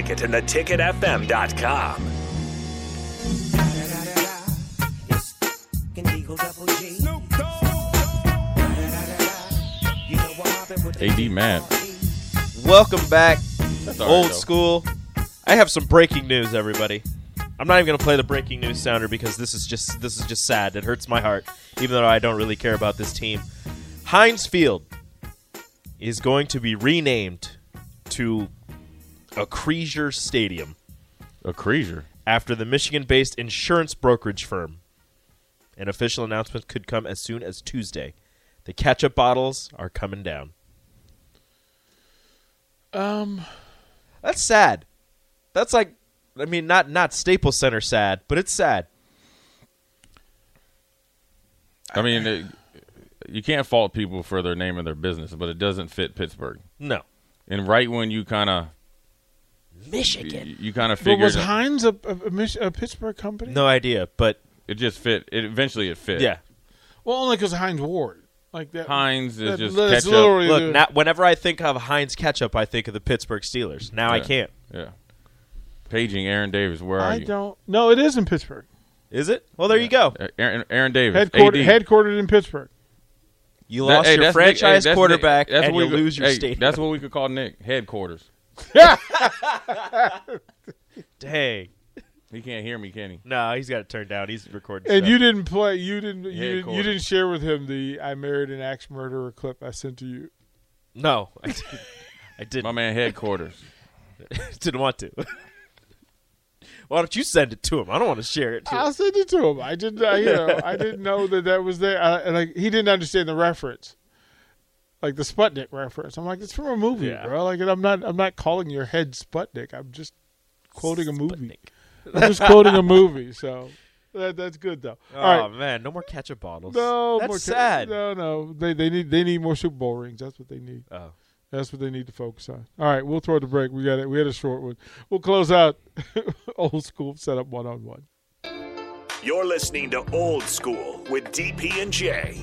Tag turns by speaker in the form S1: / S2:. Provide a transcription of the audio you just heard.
S1: Ticket and theticketfm.com.
S2: AD Matt.
S3: Welcome back,
S2: all right,
S3: old
S2: though.
S3: school. I have some breaking news, everybody. I'm not even gonna play the breaking news sounder because this is just this is just sad. It hurts my heart, even though I don't really care about this team. Heinz Field is going to be renamed to a Creasier Stadium
S2: A Creaser.
S3: after the Michigan-based insurance brokerage firm. An official announcement could come as soon as Tuesday. The ketchup bottles are coming down.
S2: Um,
S3: That's sad. That's like, I mean, not not Staples Center sad, but it's sad.
S2: I mean, it, you can't fault people for their name and their business, but it doesn't fit Pittsburgh.
S3: No,
S2: And right when you kind of
S3: Michigan.
S2: you, kind of
S4: But
S2: figured
S4: was Heinz a, a, a Mich- a Pittsburgh company?
S3: No idea, but
S2: it just fit. It eventually it fit.
S3: yeah.
S4: Well, only because Heinz Ward. Like that.
S2: Heinz is
S4: that-
S2: just
S4: that's
S2: ketchup.
S4: literally the-
S3: Look, now, whenever I think of Heinz ketchup, I think of the Pittsburgh Steelers. Now I
S2: Yeah.
S3: can't.
S2: Yeah. Paging Aaron Davis. Where are
S4: I
S2: you?
S4: don't. No, it is in Pittsburgh.
S3: Is it? Well, there you go.
S2: Uh, Aaron, Aaron Davis.
S4: Headquartered,
S2: AD.
S4: headquartered in Pittsburgh.
S3: You
S2: That-
S3: lost
S2: hey,
S3: your
S2: that's Nick- hey,
S3: franchise
S2: that's Nick-
S3: quarterback,
S2: that's
S3: and
S2: what
S3: you
S2: we could-
S3: lose your
S2: hey,
S3: stadium.
S2: That's what we could call Nick headquarters.
S3: Dang.
S2: He can't hear me, can he?
S3: No, he's got it turned down. He's recording.
S4: And
S3: stuff.
S4: you didn't play. You didn't. You, didn't, you
S2: Headquarters.
S4: didn't share with him the "I married an axe murderer" clip I sent to you.
S3: No, I didn't, I
S2: My
S3: didn't,
S2: man headquarters.
S3: didn't want to. Why don't you send it to him? I don't want to share it. To
S4: I'll
S3: him.
S4: send it to him. I didn't. I, you know, I didn't know that that was there. I, and, like he didn't understand the reference, like the Sputnik reference. I'm like, it's from a movie,
S3: Yeah.
S4: bro. Like, and I'm not. I'm not calling your head Sputnik. I'm just quoting a movie. I'm just quoting a movie. So that, that's good though.
S3: Oh
S4: All right.
S3: man, no more ketchup bottles.
S4: No
S3: that's
S4: more ca-
S3: sad.
S4: No, no. They they need they need more Super Bowl rings. That's what they need.
S3: Oh.
S4: That's what they need to focus on. All right, we'll throw the break. We got it. We had a short one. We'll close out old school setup one on one.
S1: You're listening to Old School with DP and J.